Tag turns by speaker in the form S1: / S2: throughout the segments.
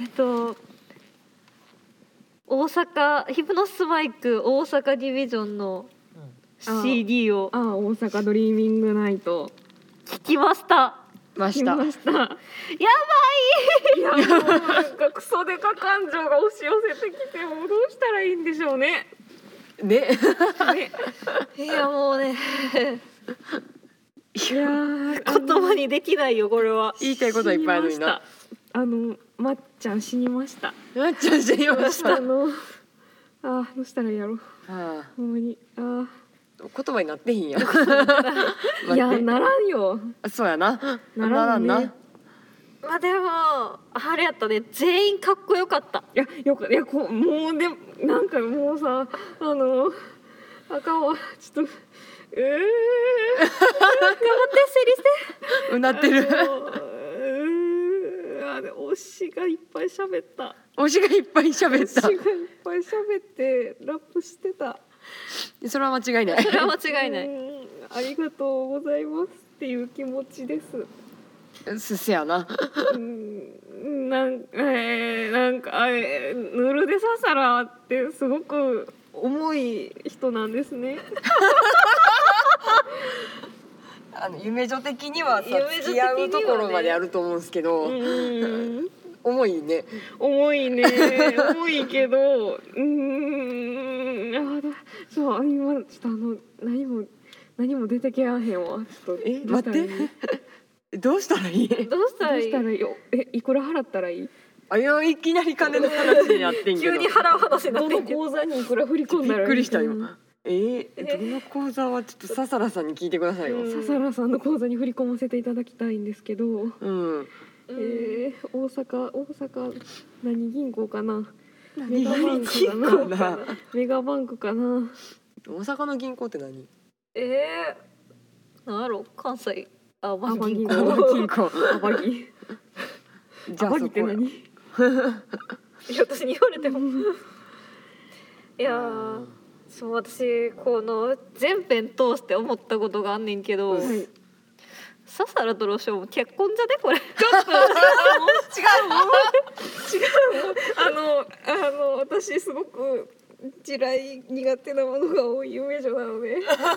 S1: えっと大阪ヒプノスマイク大阪ディビジョンの
S2: あ
S1: CD を
S2: ああ大阪ドリーミングナイト
S1: 聞きました
S3: ま
S2: 来
S3: した
S2: ましたやばいやもうなんかクソデカ感情が押し寄せてきてもうどうしたらいいんでしょうね
S3: ね
S2: ね
S1: いやもう ね
S2: いやーあの
S1: 言葉にできないよこれは
S3: 言いたいことはいっぱいあるのにな
S2: 死にましたあのまっちゃん死にました
S3: なっちゃ ん死にました
S2: あのあーどうしたらいいやろう
S3: あ
S2: ほんまにあー
S3: あ言葉になってへんや
S2: いや
S3: 待って
S2: ならんよ
S3: そうやな
S2: ならんね
S3: ならんな
S1: まあでもあれやったね全員かっこよかった
S2: いやよかいやこうもうでなんかもうさあのあかんわちょっとうー
S1: 頑張って整理して
S3: うなって る
S2: あのうー あれ推しがいっぱい喋った
S3: 推しがいっぱい喋
S2: 推しが
S3: っ
S2: いっぱい喋ってラップしてた
S3: た それは間違いない
S1: それは間違いな
S2: う
S1: い
S2: ーんありがとうございますっていう気持ちです
S3: すせやな
S2: うーんなん,、えーなんかあれぬるでささらってすごく重い人なんですね
S3: あの夢女的にはさ
S1: 夢女
S3: 付
S1: 的
S3: き
S1: には
S3: 合
S1: ね
S3: うところまであると思うんですけ
S2: う
S3: ど、
S2: ーん
S3: 重いね
S2: 重いね重いけどうーんあーだそう今ちょっとあの何も何も出てけやんへんわちょっと
S3: え
S2: どうしたらいい
S3: 待 どうしたらいい
S1: どうした
S2: ど
S1: ら
S2: う
S1: いい
S2: したらいいよえいくら払ったらいい
S3: あいやいきなり金の話になってんけど
S1: 急に腹を話になっ
S2: ど
S1: て
S2: の
S1: んけど
S2: 口座にいくら振り込ん
S3: び
S2: だらいい
S3: っくりした
S2: うん
S3: 今え
S1: え
S3: ー、どの講座はちょっと笹田さんに聞いてくださいよ
S1: うん
S2: 笹原さんの口座に振り込ませていただきたいんですけど、
S3: うん
S2: え
S1: うん
S2: ー大阪大阪何銀行かなメ
S3: 何
S2: ガバンクか
S3: 銀行
S2: な
S3: だ
S2: メガバンクかな
S3: 大阪の銀行って何
S1: えー、なんやろ関西あまあ
S2: まあ
S1: 銀
S2: 銀
S1: 行
S2: 行
S3: あ銀行
S2: アバギ
S3: じ
S2: ア
S3: ゃあ
S2: バギ
S3: そ
S2: って
S3: こや
S2: 何
S1: いや私に言われてもいや
S3: う
S1: ー
S3: ん
S1: そう私この全編通して思ったことがあんねんけど、
S2: はい
S1: ささらとロションも結婚じゃねこれ
S2: あのあの私すごく地雷苦手なものが多い夢女なので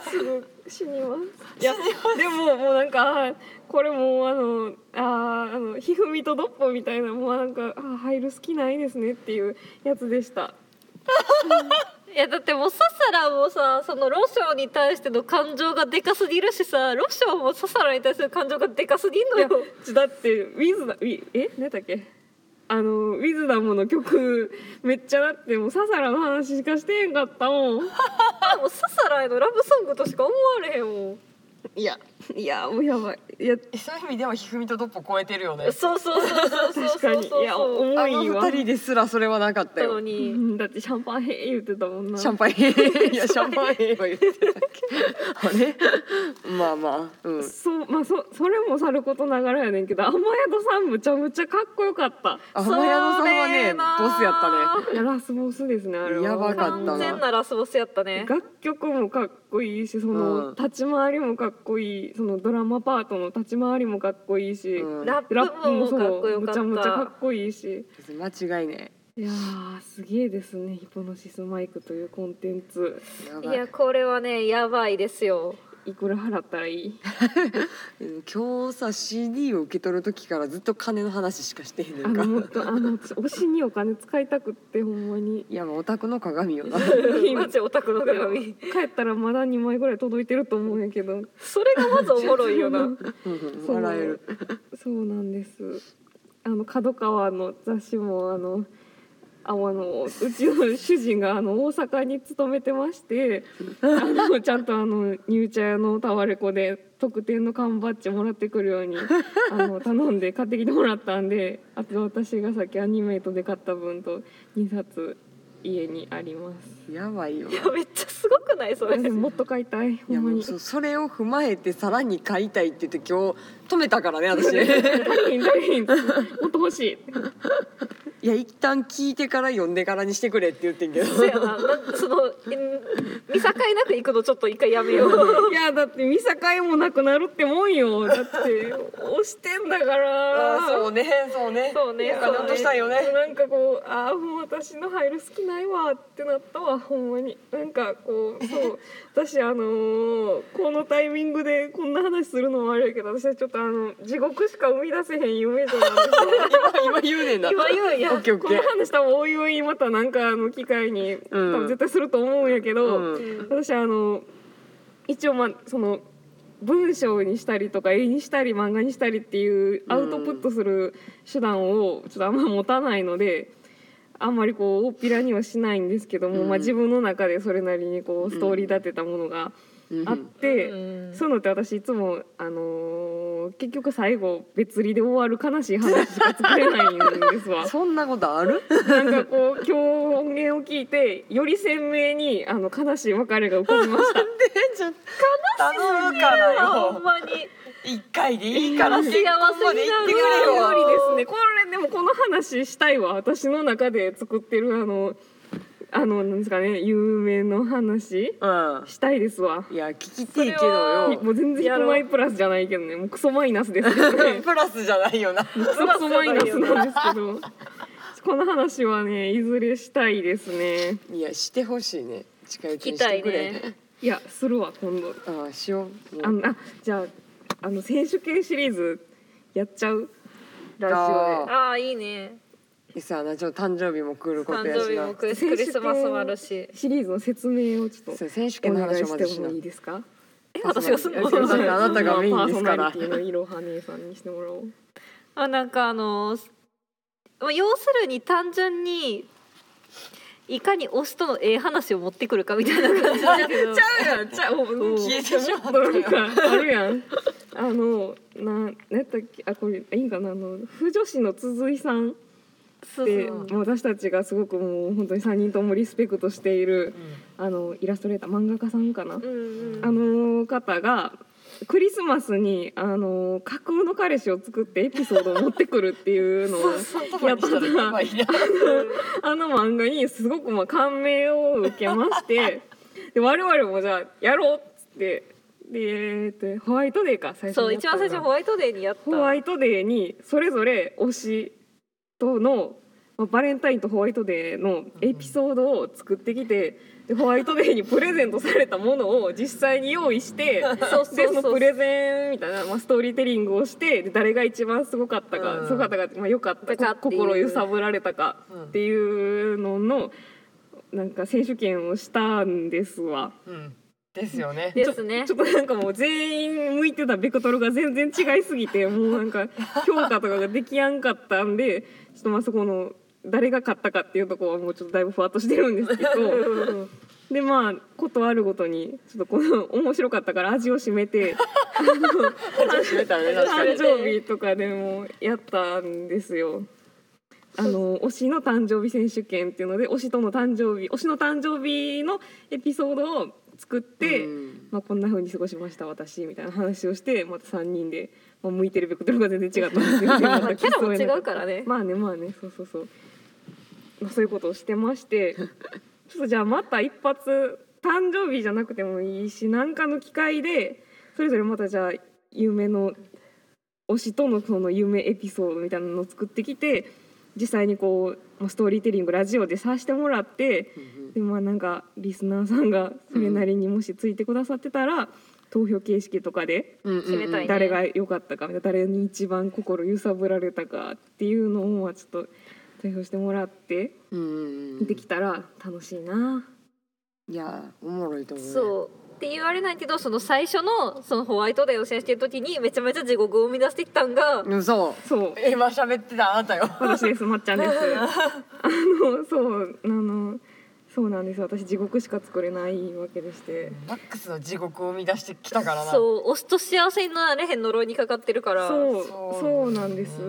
S2: すぐ死にます。いやでももうなんかあーこれもうあのあーあのひふみとドッポみたいなもうなんかあー入る好きないですねっていうやつでした。
S1: いやだってもうササラもさそのロションに対しての感情がでかすぎるしさロションもササラに対する感情がでかすぎんの
S2: いや
S1: よ
S2: ちょだってウィズだウィえ何だっけあのウィズダムの曲めっちゃだってもうササラの話しかしてへんかったもん。
S1: あもうササラへのラブソングとしか思われへんも
S3: いや
S2: いやもうやばいいや
S3: そういう意味ではひふみとドッポ超えてるよね
S1: んそうそうそうそうそう
S2: 確
S1: そ
S2: か
S1: う
S2: に
S1: そう
S2: いや
S1: そう
S2: 重
S3: あ
S2: い
S3: の
S2: わ。
S3: 二人ですらそれはなかった
S1: なの
S3: よ
S2: う
S1: に
S2: んだってシャンパンへ言ってたもんな
S3: シ ャンパンいやシャンパンは言ってたっけあれまあまあうん
S2: そうまあそそれもさることながらやねんけど天宿さんむちゃむちゃかっこよかった
S3: あ浜宿さんはね
S1: それな
S3: ボスやったね
S2: いやラスボスですねあれは
S3: やばかった
S1: 完全なラスボスやったね
S2: 楽曲もかっこいいしそ
S3: うん
S2: の立ち回りもかっこいいそのドラマパートの立ち回りもかっこいいし、
S3: うん
S1: ラ
S2: ラ
S1: ッ
S2: ップ
S1: プも
S2: もそ
S1: かっこ
S2: う
S1: よ
S2: む
S1: かっ
S2: ちゃむちゃか
S1: た
S2: っこいいし
S3: 間違いね
S2: いやーすげえですねヒポノシスマイクというコンテンツ
S3: や
S1: い
S3: ばい
S1: やこれはねやばいです よ
S2: いくら払ったらいい
S3: うん今日さ CD を受け取る時からずっと金の話しかしてへんね
S2: あ
S3: んか
S2: のもっとあの私推しにお金使いたくってほんま に
S3: いやもうオタクの 鏡よな
S1: マジオタクの 鏡
S2: 帰ったらまだ2枚ぐらい届いてると思うんやけど
S1: それがまずおもろいよな
S3: うん笑える
S2: そうなんですあの角川の雑誌もあのああのうちの主人があの大阪に勤めてましてあのちゃんとあの入茶屋のタワレコで特典の缶バッジもらってくるようにあの頼んで買ってきてもらったんであと私がさっきアニメートで買った分と2冊家にあります。
S3: やばいよ
S1: いやめっちゃすごく ないそれ
S2: いやでももっと買いたい
S3: い
S2: ほ
S3: や
S2: んま
S3: も
S2: に
S3: うそそれを踏まえてさらに買いたいって言って今日止めたからね私
S2: 足りひん足りひんもっと欲しい
S3: いや一旦聞いてから読んでからにしてくれって言ってんけど
S1: そうやななそのえ見境なく行くのちょっと一回やめよ う
S2: いやだって見境もなくなるってもんよだって押してんだから
S3: あーそうねそうね
S1: そうね
S3: なんか
S1: そうね
S3: なんとしたいよね
S2: なんかこうああもう私の入る好きないわってなったわほんまになんかこう そう私あのーこのタイミングでこんな話するのもあれやけど私はちょっとあの地獄しか生み出せへん夢女なんですよ
S3: 今今 言うねんな
S1: 今言うんや
S3: オッケーオッ
S2: この
S3: ケー
S2: 話多分おいおいまたなんかあの機会に、多分絶対すると思うんやけど、
S3: うん
S2: 私あの一応まあその文章にしたりとか絵にしたり漫画にしたりっていうアウトプットする手段をちょっとあんま持たないので。 あんまりこう大っぴらにはしないんですけども、
S3: うん
S2: まあ、自分の中でそれなりにこうストーリー立てたものが
S3: うん
S2: あって、
S1: うん
S2: そういうのって私いつも、あのー結局最後別売りで終わる悲しい話しか作れないんですわ。
S3: そんなことある
S2: なんかこう今日音源を聞いてより鮮明にあの悲しい別れが起こりました。
S3: ちょっと頼むから
S1: ほん
S3: よ
S1: まに
S3: 一回でいいから
S1: 幸せ
S3: 結
S1: になる
S3: 婚まで言ってく
S1: いや
S3: れ
S1: ー
S3: よ
S2: 無理ですね。これでもこの話したいわ。私の中で作ってるあのあのなんですかね有名の話
S3: うん
S2: したいですわ。
S3: いや聞きていけど
S1: それ
S3: よ
S1: は
S2: もう全然
S1: や
S2: 100
S1: ろう
S2: マイプラスじゃないけどね。もうクソマイナスですけどね
S3: 。プラスじゃないよな
S2: クソマイナスなんですけど。この話はねいずれしたいですね。
S3: いやしてほしいね近いうちにしてくれ、
S1: 聞きたい
S2: いやするわ今度。
S3: ああしよう
S2: あのあじゃああの選手権シリーズやっちゃうラジ
S1: ああいいね
S3: でさあなちょっと誕生日も来ること
S1: 誕生
S3: やし
S1: 日
S3: な
S1: もクリスクリスマスもあるし
S2: オでシリーズの説明をちょっと
S3: そう選手
S2: お
S3: 権の
S2: 願い
S3: 話をま
S2: して
S3: ずし
S2: も
S3: ない
S2: いですか
S1: え私がすんの
S3: そうそうあなたがメインですから
S2: パーソナリティのいろは姉さんにしてもらおう
S1: あなんかあのまあ要するに単純にいかにオスとのええ話を持ってくるかみたいな感じだけど
S2: うやんちゃう
S3: 消えてしまった
S2: なんかあるやんあのな何やったっけあこれいいんかなあの婦女子の鈴井さんっ
S1: そう
S2: て
S1: そう
S2: もう私たちがすごくもう本当に3人ともリスペクトしているあのイラストレーター漫画家さんかな
S1: うんうん
S2: あの方がクリスマスにあの架空の彼氏を作ってエピソードを持ってくるっていうのをやったら
S3: いや
S2: あの漫画にすごくまあ感銘を受けま してで我々もじゃあやろうっつってで、えーとホワイトデーか最初
S1: そう
S2: にやっ
S1: 一
S2: たの
S1: 番
S2: が
S1: 最初ホワイトデーにやった
S2: ホワイトデーにそれぞれ推しとのまあバレンタインとホワイトデーのエピソードを作ってきてでホワイトデーにプレゼントされたものを実際に用 意して
S1: そうそう
S2: で
S1: そ
S2: そうのプレゼンみたいな、まあ、ストーリーテリングをしてで誰が一番すごかったか、
S3: うん
S2: すごかったか、まあ、よかった
S1: よかった
S2: か
S1: っていう
S2: 心揺さぶられたかっていうののなんか選手権をしたんですわ。
S3: うんですよね
S1: ですね
S2: ちょっとなんかもう全員向いてたベクトルが全然違いすぎ てもうなんか評価とかができやんかったんでちょっとまあそこの誰が勝ったかっていうところはもうちょっとだいぶふわっとしてるんですけどでまあことあるごとにちょっとこの面白かったから味を占めて
S3: 始めたね確かに
S2: 誕生日とかでもやったんですよ。あの推しの誕生日選手権っていうので推しとの誕生日推しの誕生日のエピソードを作って、
S3: うん
S2: まあ、こんな風に過ごしました私みたいな話をしてまた3人で、まあ、向いてるべくどれが全然違ったんですけど
S1: まあキャラも違うからね
S2: まあねまあねそうそうそう、まあ、そういうことをしてまして ちょっとじゃあまた一発誕生日じゃなくてもいいし何かの機会でそれぞれまたじゃあ夢の推しとのその夢エピソードみたいなのを作ってきて実際にこうまあストーリーテリングラジオでさせてもらって。でまあなんかリスナーさんがそれなりにもしついてくださってたら、投票形式とかで
S3: うんうん
S1: 決めたいね
S2: 誰が良かったかみたいな誰に一番心揺さぶられたかっていうのをまあちょっと投票してもらって
S3: うんうんうん
S2: できたら楽しいな。
S3: いやおもろいと思うね
S1: そうって言われないけどその最初のそのホワイトデーを試合してる時にめちゃめちゃ地獄を生み出してきたんが
S3: うんそう
S2: そう
S3: 今喋ってたあなたよ
S2: 私ですまっち ゃんです。あのそうあのそうなんです私地獄しか作れないわけでして。
S3: マックスの地獄を生み出してきたからな
S1: そうオスと幸せになれへん呪いにかかってるから
S2: そう
S3: そう
S2: そうなんです。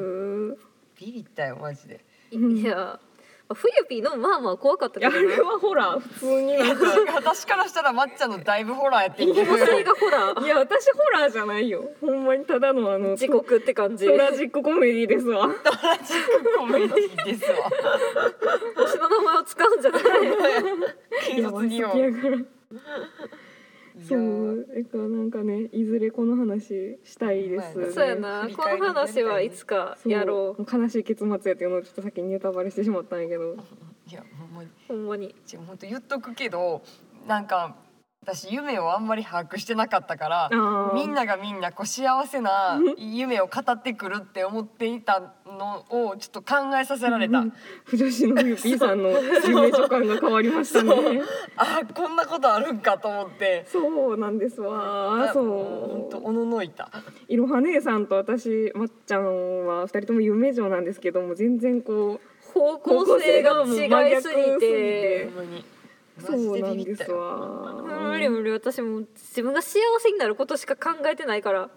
S3: ビビったよマジで
S1: いやあフユピーのまあまあ怖かったけ
S2: あ
S1: どな
S2: れはほら普通になんか
S3: 私からしたらまっちゃんのだいぶホラーやって言って
S1: 女性
S3: るよ
S1: がほら
S2: いや私ホラーじゃないよほんまにただのあの
S1: 地獄って感じ
S2: ト
S1: 推
S2: ラジックコメディです わ
S3: コメディですわ
S1: しの名前を使うんじゃない
S3: 堅
S2: いや
S3: 実
S2: 好き
S3: に
S2: や
S3: も
S2: からそ
S3: いう
S2: だからなんかねいずれこの話したいです、
S3: まあ
S2: ね、
S1: そうや なこの話はいつか
S2: そう
S1: やろ
S2: もう悲しい結末やっていうのをちょっと先にネタバレしてしまったんやけど
S3: やいやほんまに
S1: うほんまに
S3: ちょ本当言っとくけどなんか私夢をあんまり把握してなかったから
S2: あー
S3: みんながみんなこう幸せな夢を語ってくるって思っていたのをちょっと考えさせられた
S2: 不女子のゆぴーさん の夢女感が変わりましたね
S3: あーこんなことあるんかと思って
S2: そうなんですわ
S3: 本
S2: そ
S3: 当
S2: う
S3: おののいた
S2: いろは姉さんと私まっちゃんは二人とも夢女なんですけども全然こ
S1: 方向性が違いすぎて
S3: ほんまに
S2: う
S3: マ
S2: そ
S3: ジ
S2: う
S3: で
S2: なん
S3: ビビ
S2: で
S3: った
S2: す
S3: よ
S2: わ
S1: 無理無理私も自分が幸せになることしか考えてないから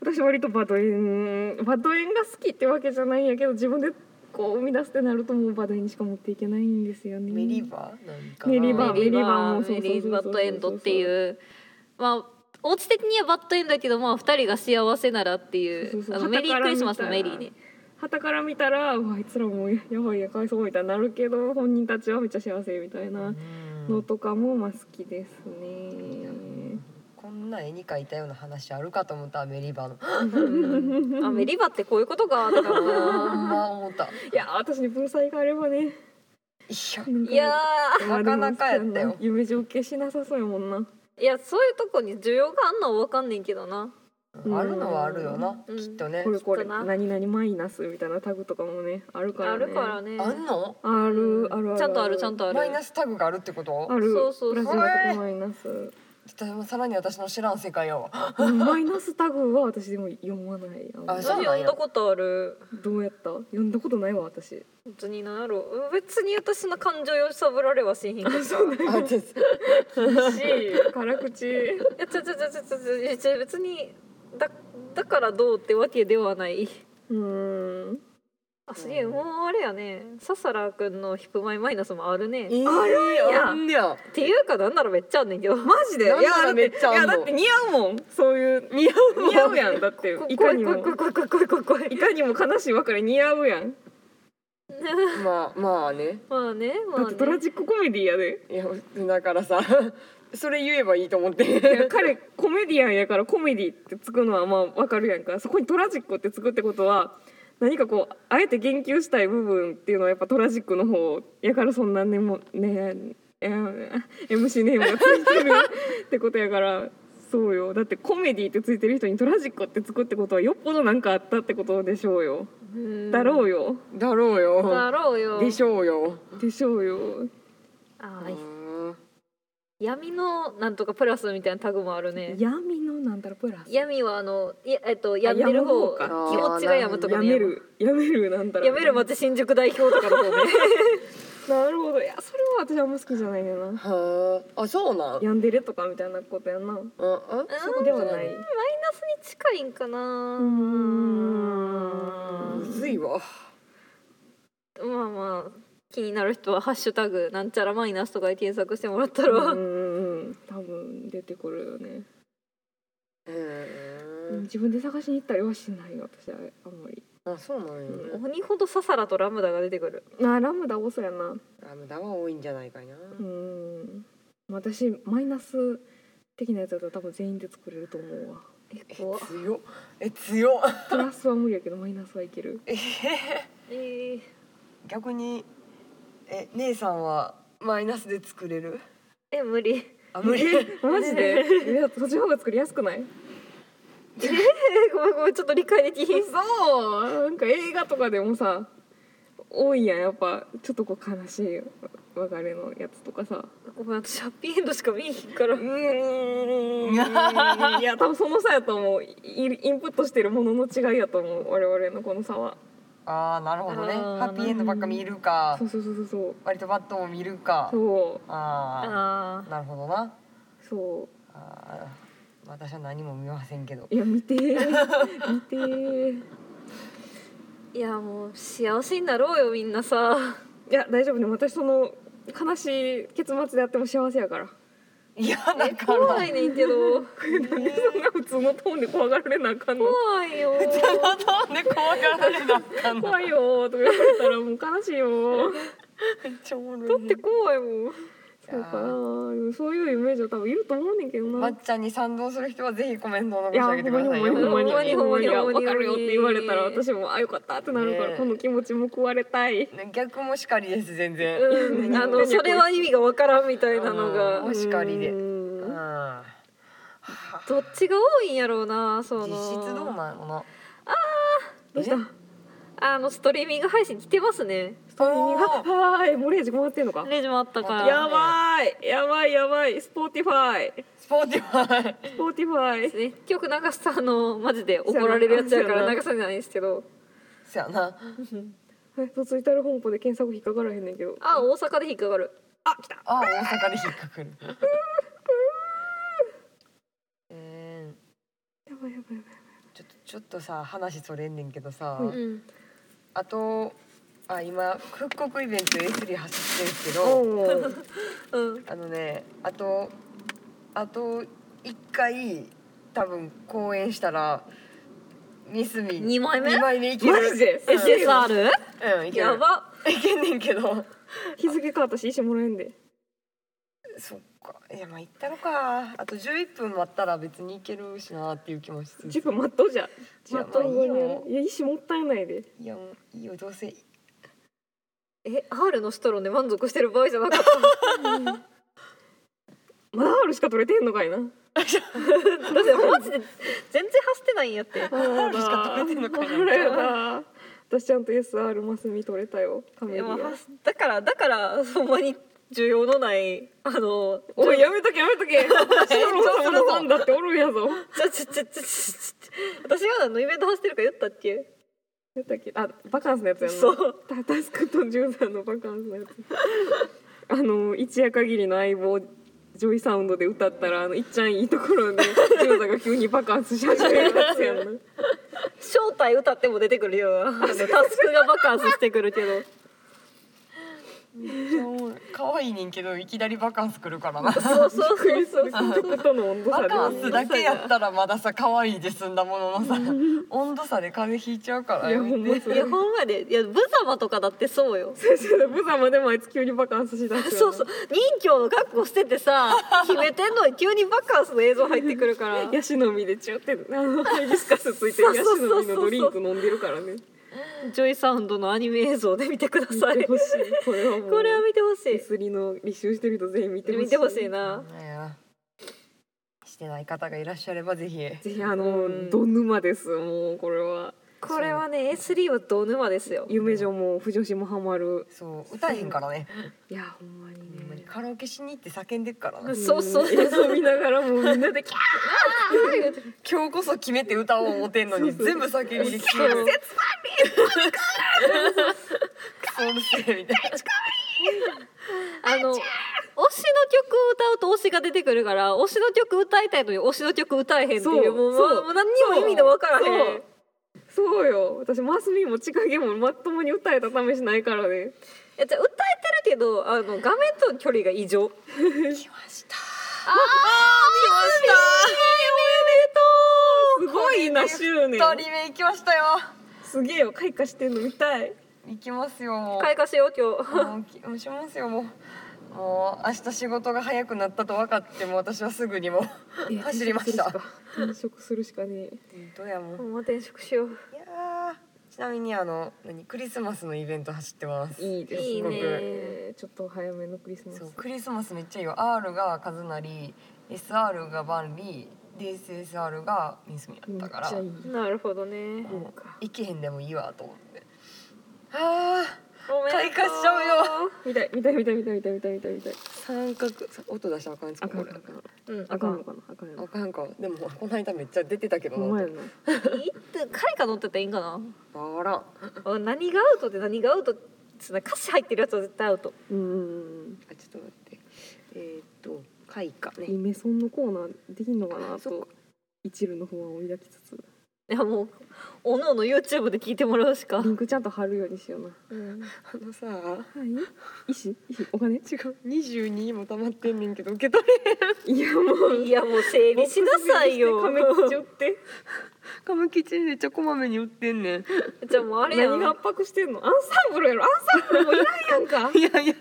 S2: 私割とバドエンバドエンが好きってわけじゃないんやけど自分でこう生み出すってなるともうバドエンにしか持っていけないんですよね
S3: メリバーなんかな
S2: メリバー
S1: メリバ
S2: メリバーもそうそうそうそうそう
S1: ーメリーバッドエンドっていうまあお家的にはバッドエンドやけどまあ二人が幸せならっていう
S2: そうそうそう
S1: あのメリークリスマスのメリーね
S2: 旗から見たらうわあいつらもうやばいやかわいそうみたいになるけど本人たちはめっちゃ幸せみたいな
S3: う
S2: の
S3: ん
S2: とかもまあ好きですね。
S3: こんな絵に描いたような話あるかと思ったわメリバーの
S1: うんあメリバってこういうことかとか
S3: ほ ん
S1: な
S3: ま思ったい
S2: いやー私に文才があればね
S3: や
S2: なんか
S1: いや
S2: まあでも
S3: なかなかやったよ
S2: 夢情消しなさそうやもんな。
S1: ーいやそういうとこに需要があんのは分かんねんけどな
S2: うん
S3: あるのはあるよな、
S1: うん
S3: きっとね
S2: これこれ
S1: きっとな
S2: 何々マイナスみたいなタグとかもねあるから
S1: あ
S2: ね。
S1: るからね
S3: あんの
S2: あるあるある。
S1: ちゃんとあるちゃんとある
S3: マイナスタグがあるってこと
S2: ある。
S1: そうそうそう
S2: プラスマイナスマイナス。
S3: ちょっとさらに私の知らん世界やわ
S2: うんマイナスタグは私でも読まない。あの
S3: あ
S1: 私
S3: そうなんや
S1: 読んだことある
S2: どうやった？読んだことないわ私。
S1: 別に何やろう別に私そんな感情揺さぶられはしへん からさ
S3: あ です
S2: し辛口。
S1: いやちょちょちょちょちょちょ別にだだからどうってわけではないう
S2: ーん。
S1: あすげえもうあれやねささらくんのヒップマイマイナスもあるねっ
S3: ある
S1: や
S3: あんねや
S1: ていうかなんならめっちゃあんねんけど
S2: マジでい
S3: なんなら
S2: だって
S3: めっちゃあん
S2: い
S3: の
S2: やだって似合うもんそういう似合う似合うやんだっていか
S1: 怖
S2: に
S1: い怖い怖
S2: も
S1: い怖い怖い怖い怖い怖い
S2: いかにも悲しいばかり似合うやん
S3: まあまあね
S1: まあねま
S2: だっ
S1: あ
S2: てトラ
S1: ね
S2: ジックコメディやで
S3: いやだからさ それ言えばいいと思っ
S2: いや
S3: て
S2: 彼コメディアンやからコメディってつくのはまあわかるやんかそこにトラジックってつくってことは何かこうあえて言及したい部分っていうのはやっぱトラジックの方やからそんなねもねえー MC ネームがついてるってことやからそうよだってコメディってついてる人にトラジックってつくってことはよっぽどなんかあったってことでしょうよだろ
S1: う
S2: うよ
S3: だろう
S1: よだ
S3: よ
S1: ろうよ
S3: でしょうよ
S2: でしょうよ
S1: あ
S3: う
S1: ー
S3: ん
S1: 闇のなんとかプラスみたいなタグもあるね
S2: 闇のなんだろうプラス
S1: 闇はあのいやえっと病んでる方
S2: 病む
S3: 方か
S1: 気持ちが病むとか
S2: や
S1: ね
S2: めるやめるなんだろう
S1: やめる街新宿代表とかの方ね
S2: なるほどいやそれは私あんま好きじゃないよな
S3: はああそ うなん
S2: 病んでるとかみたいなことやな
S3: うんうん
S2: そこではな
S1: マ
S2: い
S1: イナスに近いんかな
S2: うーん
S3: むずいわ
S1: まあまあ気になる人は「ハッシュタグなんちゃらマイナス」とかで検索してもらった
S2: う
S1: ら、
S2: んうんうん多分出てくるよね、
S3: うん
S2: 自分で探しに行ったりはしないよ私はあんまり
S3: あそうなんや
S1: 鬼ほどササラとラムダが出てくる
S2: あラムダ多そうやな
S3: ラムダは多いんじゃないかいな
S2: うん私マイナス的なやつだったら多分全員で作れると思うわ
S1: え
S3: え
S1: 怖っ
S3: 強っえ強っ
S2: プラスは無理やけどマイナスはいける
S3: えへへ
S1: えー
S3: 逆にえ姉さんはマイナスで作れる
S1: え無理
S3: あ無理
S2: マジでいやそっちの方が作りやすくない
S1: えごめんごめんちょっと理解できひん
S2: そうなんか映画とかでもさ多いやんやっぱちょっとこう悲しい別れのやつとかさ
S1: ごめん私ハッピーエンドしか見えへんから
S2: うーんいや多分その差やと思ういインプットしてるものの違いやと思う我々のこの差は
S3: ああなるほどね
S1: あー
S3: ハッピーエンドばっか見るか
S2: そうそうそうそうそう
S3: 割とバットも見るか
S2: そ
S3: あ
S1: あ
S3: あなるほどな
S2: うそ
S3: あー私は何も見ませんけど
S2: ういや見て見て
S1: ーいやもう幸せになろうよみんなさ
S2: いや大丈夫ね私その悲しい結末であっても幸せやから
S3: いやだか
S1: 怖
S3: ら
S1: いねんけ ど
S2: そんな普通のトーンで怖がられなあかんの
S1: 怖い よ
S3: なんで怖がられなあかんの
S2: 怖いよーとか言われたらもう悲しいよー
S3: めっちゃおも
S1: だ
S3: ろ
S1: っ
S3: い
S1: て怖いもん
S2: そうかなでもそういうイメージは多分いると思うねんけど
S3: ま
S2: な
S3: っちゃんに賛同する人はぜひコメントを
S2: い
S3: 残し
S2: や
S3: てあ
S2: ほ
S3: げ
S2: んま
S3: てくだ
S2: にほ
S3: さ
S2: ん
S3: い
S2: まにほんま
S1: ほ
S2: に
S1: んまにほんまに
S2: わかるよって言われたら
S1: ほんまに
S2: 私もあよかったってなるか
S3: ね
S2: ら
S3: え
S2: この気持ちも食われたい
S3: 逆もしかりです全然、
S1: うんあのそれは意味がわからんみたいなの
S3: う
S1: が
S3: ん確かにね
S2: うん
S3: うんはあ
S1: どっちが多いんやろうなその
S3: 実質どうなのな
S2: どうした
S3: え
S1: あのストリーミング配信来てますね
S3: ストリーミング
S2: あはーいモレージ回ってんのか
S1: レジもあったか
S3: あ
S1: ら
S2: やばいやばいやばいスポーティファイ
S3: スポーティファイ
S2: スポーティファイ
S1: ね結局長さんのマジで怒られるやつやか
S2: そうや
S1: ら
S2: な
S1: 長さんじゃないんですけど
S3: そやな
S2: え突いたる本舗で検索引っかからへんねんけど
S1: あ大阪で引っかかる
S2: あ来た
S3: あ大阪で引っかかるえー
S2: やばいやばいや
S3: ちょっとちょっとさ話それんねんけどさ、
S1: うん
S3: あとあ今復刻イベント A3 走ってるんですけ
S2: ばい
S3: ど、
S2: おー
S1: うん
S3: あのねあとあと一回多分公演したらミスミ
S1: 二枚目
S3: 二枚目いける
S2: マジで
S3: うん
S1: SSR
S3: うんいける
S1: やば
S3: いけんねんけど
S2: 日付変わったし衣装もらえんで
S3: そっかいやまあ行ったのかあと11分待ったら別に行けるしなっていう気もしつつ
S2: 10分待っとうじゃん
S3: いや
S2: 待っとう
S3: まあいい
S2: 後に
S3: よ
S2: やるいや衣装もったいないで
S3: いやもういいよどうせ
S1: え R のストローで満足してる場合じゃなかっ
S2: まだあるしか取れてんのかいな
S1: ただってマジで全然走ってないんやって
S2: あ
S3: るしか取れてんのかいな
S2: な私ちゃんと SR マスミ取れたよカメ
S1: で
S2: リ
S1: も
S2: ア
S1: 走だからだからほんまに需要のないあの
S2: おい
S1: ちょ
S2: やめとけやめとけショロンさんのファンだっておるんやぞ
S1: ちょちょちょちょちょ私が何のイベント走ってるか言ったっけ
S2: 出たっけあバカンスのやつやんな
S1: そう
S2: タタスクとジュンさんのバカンスのやつあの一夜限りの相棒ジョイサウンドで歌ったらあのいっちゃんいいところでジュンさんが急にバカンスし始めるやつやんな
S1: 正体歌っても出てくるようなあのタスクがバカンスしてくるけど
S3: 可愛いねんけどいきなりバカンス来るからな
S1: そうそう
S2: ク
S1: そう
S2: リスマスとの温度差で
S3: バカンスだけやったらまださ可愛いで済んだもののさ温度差で風邪ひいちゃうから
S2: いや
S3: やめ
S2: ほん
S3: て
S2: まそ
S1: い
S2: れ
S1: やほんまでいやブザマとかだってそうよ
S2: ブザまでもあいつ急にバカンスしだすよ
S1: そ
S2: な
S1: うそう任侠の格好してて さ決めてんのに急にバカンスの映像入ってくるから
S2: ヤシの実でチュってあのハイビスカスついてるヤシの実のドリンク飲んでるからね
S1: ジョイサウンドのアニメ映像で見てくだ
S2: 見
S1: さい
S2: てほしいこれはも う
S1: これは見てほしい
S2: 薬の履修してる人全員見てほしい
S1: 見てほしいな。
S3: いやしてない方がいらっしゃればぜひ
S2: ぜひあの、
S1: うん
S2: ド沼ですもうこれは
S1: これはね S3 はド沼ですよ。
S2: 夢女も不女子もハマる
S3: そう歌えへんからね
S2: いやほんまに
S3: ほんまに
S2: ね
S3: カラオケしに行って叫んでっからな
S1: そうそう。
S2: ん映像見ながらもうみんなでキャー
S3: 今日こそ決めて歌おう思てんのに
S2: そうそう
S3: 全部叫びで
S1: そう
S3: 消えるクソうるせえみたいな
S1: あの推しの曲を歌うと推しが出てくるから推しの曲歌いたいのに推しの曲歌えへんって
S2: そ
S1: いううもう
S2: そう
S1: もう何にも意味のわからへ
S2: そ
S1: ん
S2: う。そうよ私マスミもちかげもまともに歌えた試しないからね
S1: えじゃあ歌えてるけどあの画面との距離が異常。
S3: 来ました
S1: ああ
S2: すごいな執念
S3: 2人目行きましたよ
S2: すげえよ開花してんの見たい
S3: 行きますよもう
S1: 開花しよう今日。
S3: もうきもうしますよもうもう明日仕事が早くなったと分かっても私はすぐにもう走りました
S2: 転職するしかねえ
S3: どうやもう
S1: ほんま転職しよう。
S3: いやーちなみにあの何クリスマスのイベント走ってます
S2: いいです
S1: いいね
S2: ねちょっと早めのクリスマス
S3: そうクリスマスめっちゃいいよ R がカズナリ SR がバンリ DSSR がミスミ
S2: め
S3: や
S2: っ
S3: ったから
S2: ちゃいい
S1: なるほどね。
S3: もう行けへんでもいいわと思ってあ
S1: おめでとう
S3: 開花しちゃ
S1: うよ。
S2: 見たい見たい見たい見たい見たい見たい見たい見たい
S3: 三角音出したらあかんやつ
S2: あ
S3: か
S2: かん
S3: こ
S2: あ
S3: れ
S2: か
S1: う
S2: んあかん
S1: ん
S2: あかんのかなあかん
S3: あ
S2: よ
S3: かんかでもこの間めっちゃ出てたけど
S2: ほんま
S3: な
S2: やな
S1: えって開花乗ってたらいいんかな。
S3: あらん
S1: あ何がアウトで何がアウトっつうのは歌詞入ってるやつは絶対アウト
S2: うんうんうん
S3: あちょっと待ってえーっと開花ね
S2: イメソンのコーナーできんのかな
S3: そっ
S2: と一縷の不安を抱きつつ
S1: いやもうおのおの YouTube で聞いてもらうしか
S2: リンクちゃんと貼るようにしような。
S3: あのさ
S2: はい。医師医師お金
S3: 違う22も溜まってんねんけど受け取れ
S2: いやもう。
S1: いやもう整理しなさい よ
S2: 亀吉寄って。
S3: カムキチンめっちゃこまめに売ってんねん。
S1: じゃあもうあれやん
S2: 何が
S1: じゃ
S2: 圧迫してんの？アンサンブルやろ。アンサンブルもいらんやんか
S3: いやいや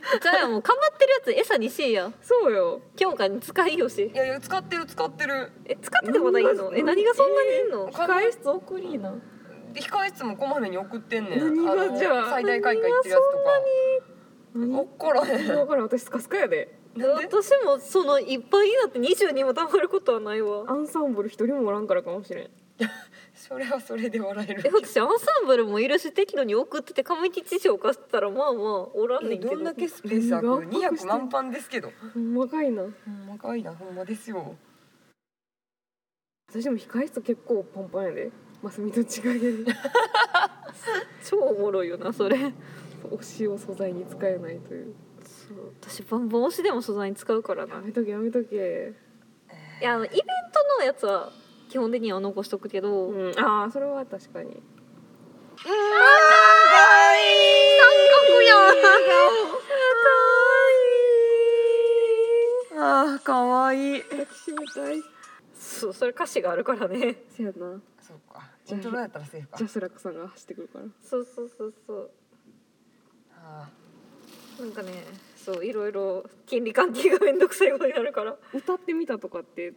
S1: あもうかまってるやつ餌にしいや
S2: そうよ。
S1: 強化に使いよし
S3: いやいや使ってる使ってる
S1: え使っててもないのえ何がそんなにいんの、
S2: 控え室送りな。
S3: で控え室もこまめに送ってんね
S2: 何
S3: ん
S2: が
S3: あの
S2: じゃあ
S3: 最大開花行ってるやつとか
S2: 何？
S3: 怒ら へん
S2: だからん私スカスカやで。
S3: なんで
S1: 私もそのいっぱいになって22もたまることはないわ
S2: アンサンブル一人もおらんからかもしれん。
S3: それはそれで笑える
S1: え私アンサンブルもいるし適度に送ってて上吉師匠貸したらまあまあおらんねんけど
S3: どんだけスペース空く
S2: 何が圧迫して
S3: 200
S2: ん
S3: 満帆ですけど
S2: ほんまかいな。
S3: ほんまかいなほんまですよ
S2: 私でも控え室結構パンパンやで。マスミと違いで
S1: 超おもろいよなそれ
S2: 推しを素材に使えないという。
S1: そう私バンバン推しでも素材に使うからな
S2: やめとけやめとけ。
S1: いやあのイベントのやつは基本的には残しとくけど、うん、
S2: うん。ああそれは確かに。
S3: かいあーかわいい
S2: 抱きしめたい。
S1: そうそれ歌詞があるからね
S2: せやな。
S3: そうかイントロやったらセーフか
S2: ジャスラックさんが走ってくるから。
S1: そうそうそうそう
S3: あ
S1: なんかねそういろいろ権利関係がめんどくさいことになるから
S2: 歌ってみたとかって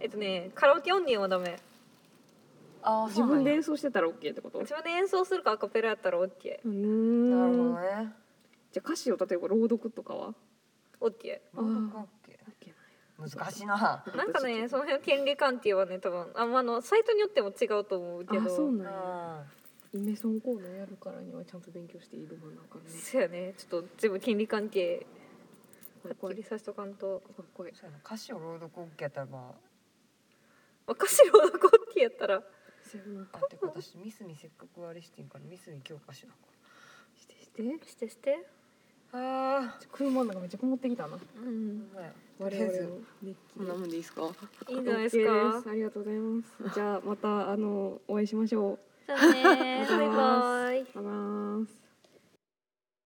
S1: えっとねカラオケ音源はダメ
S3: ーあー
S2: 自
S3: そうなん
S2: 分で
S3: や
S2: 演奏してたら OK ってこと
S1: 自分で演奏するかアカペラやったらオッケ
S2: うー
S3: なるほ
S2: ん
S3: どね
S2: じゃあ歌詞を例えば朗読とかは
S1: ーオッケ
S2: あー
S3: 文化系難しいな
S1: ーなんかねその辺権利関係はね多分あ,、まあ、あのサイトによっても違うと思う
S2: あ
S1: けど
S2: そう
S3: う
S2: なん
S3: ん
S2: やイメソンコーナーやるからにはちゃんと勉強しているもんなんかね
S1: そうやねちょっと全部権利関係
S2: 怖
S1: はい
S2: 怖
S1: っきり
S2: い
S1: させとかんと、
S2: 怖い怖い
S3: そうやな歌詞を朗読 OK やったらま
S1: まあ、歌詞朗読オッケーやったら
S2: せやな
S3: ああってか私ミスにせっかくあれしてんからミスに強化しな
S2: してして
S1: してして
S3: ああ
S2: 車の中めっちゃこもってきたな
S1: うん
S3: と
S2: 我
S3: りあえ
S2: 々
S3: ず
S2: の熱気
S3: こんなもんでいいですか
S1: いいんじゃないですか
S2: OK ですありがとうございますじゃあまたあのお会いしましょ
S1: じゃあね
S2: ありがとうございます
S1: バイバイ
S2: うバイバーイ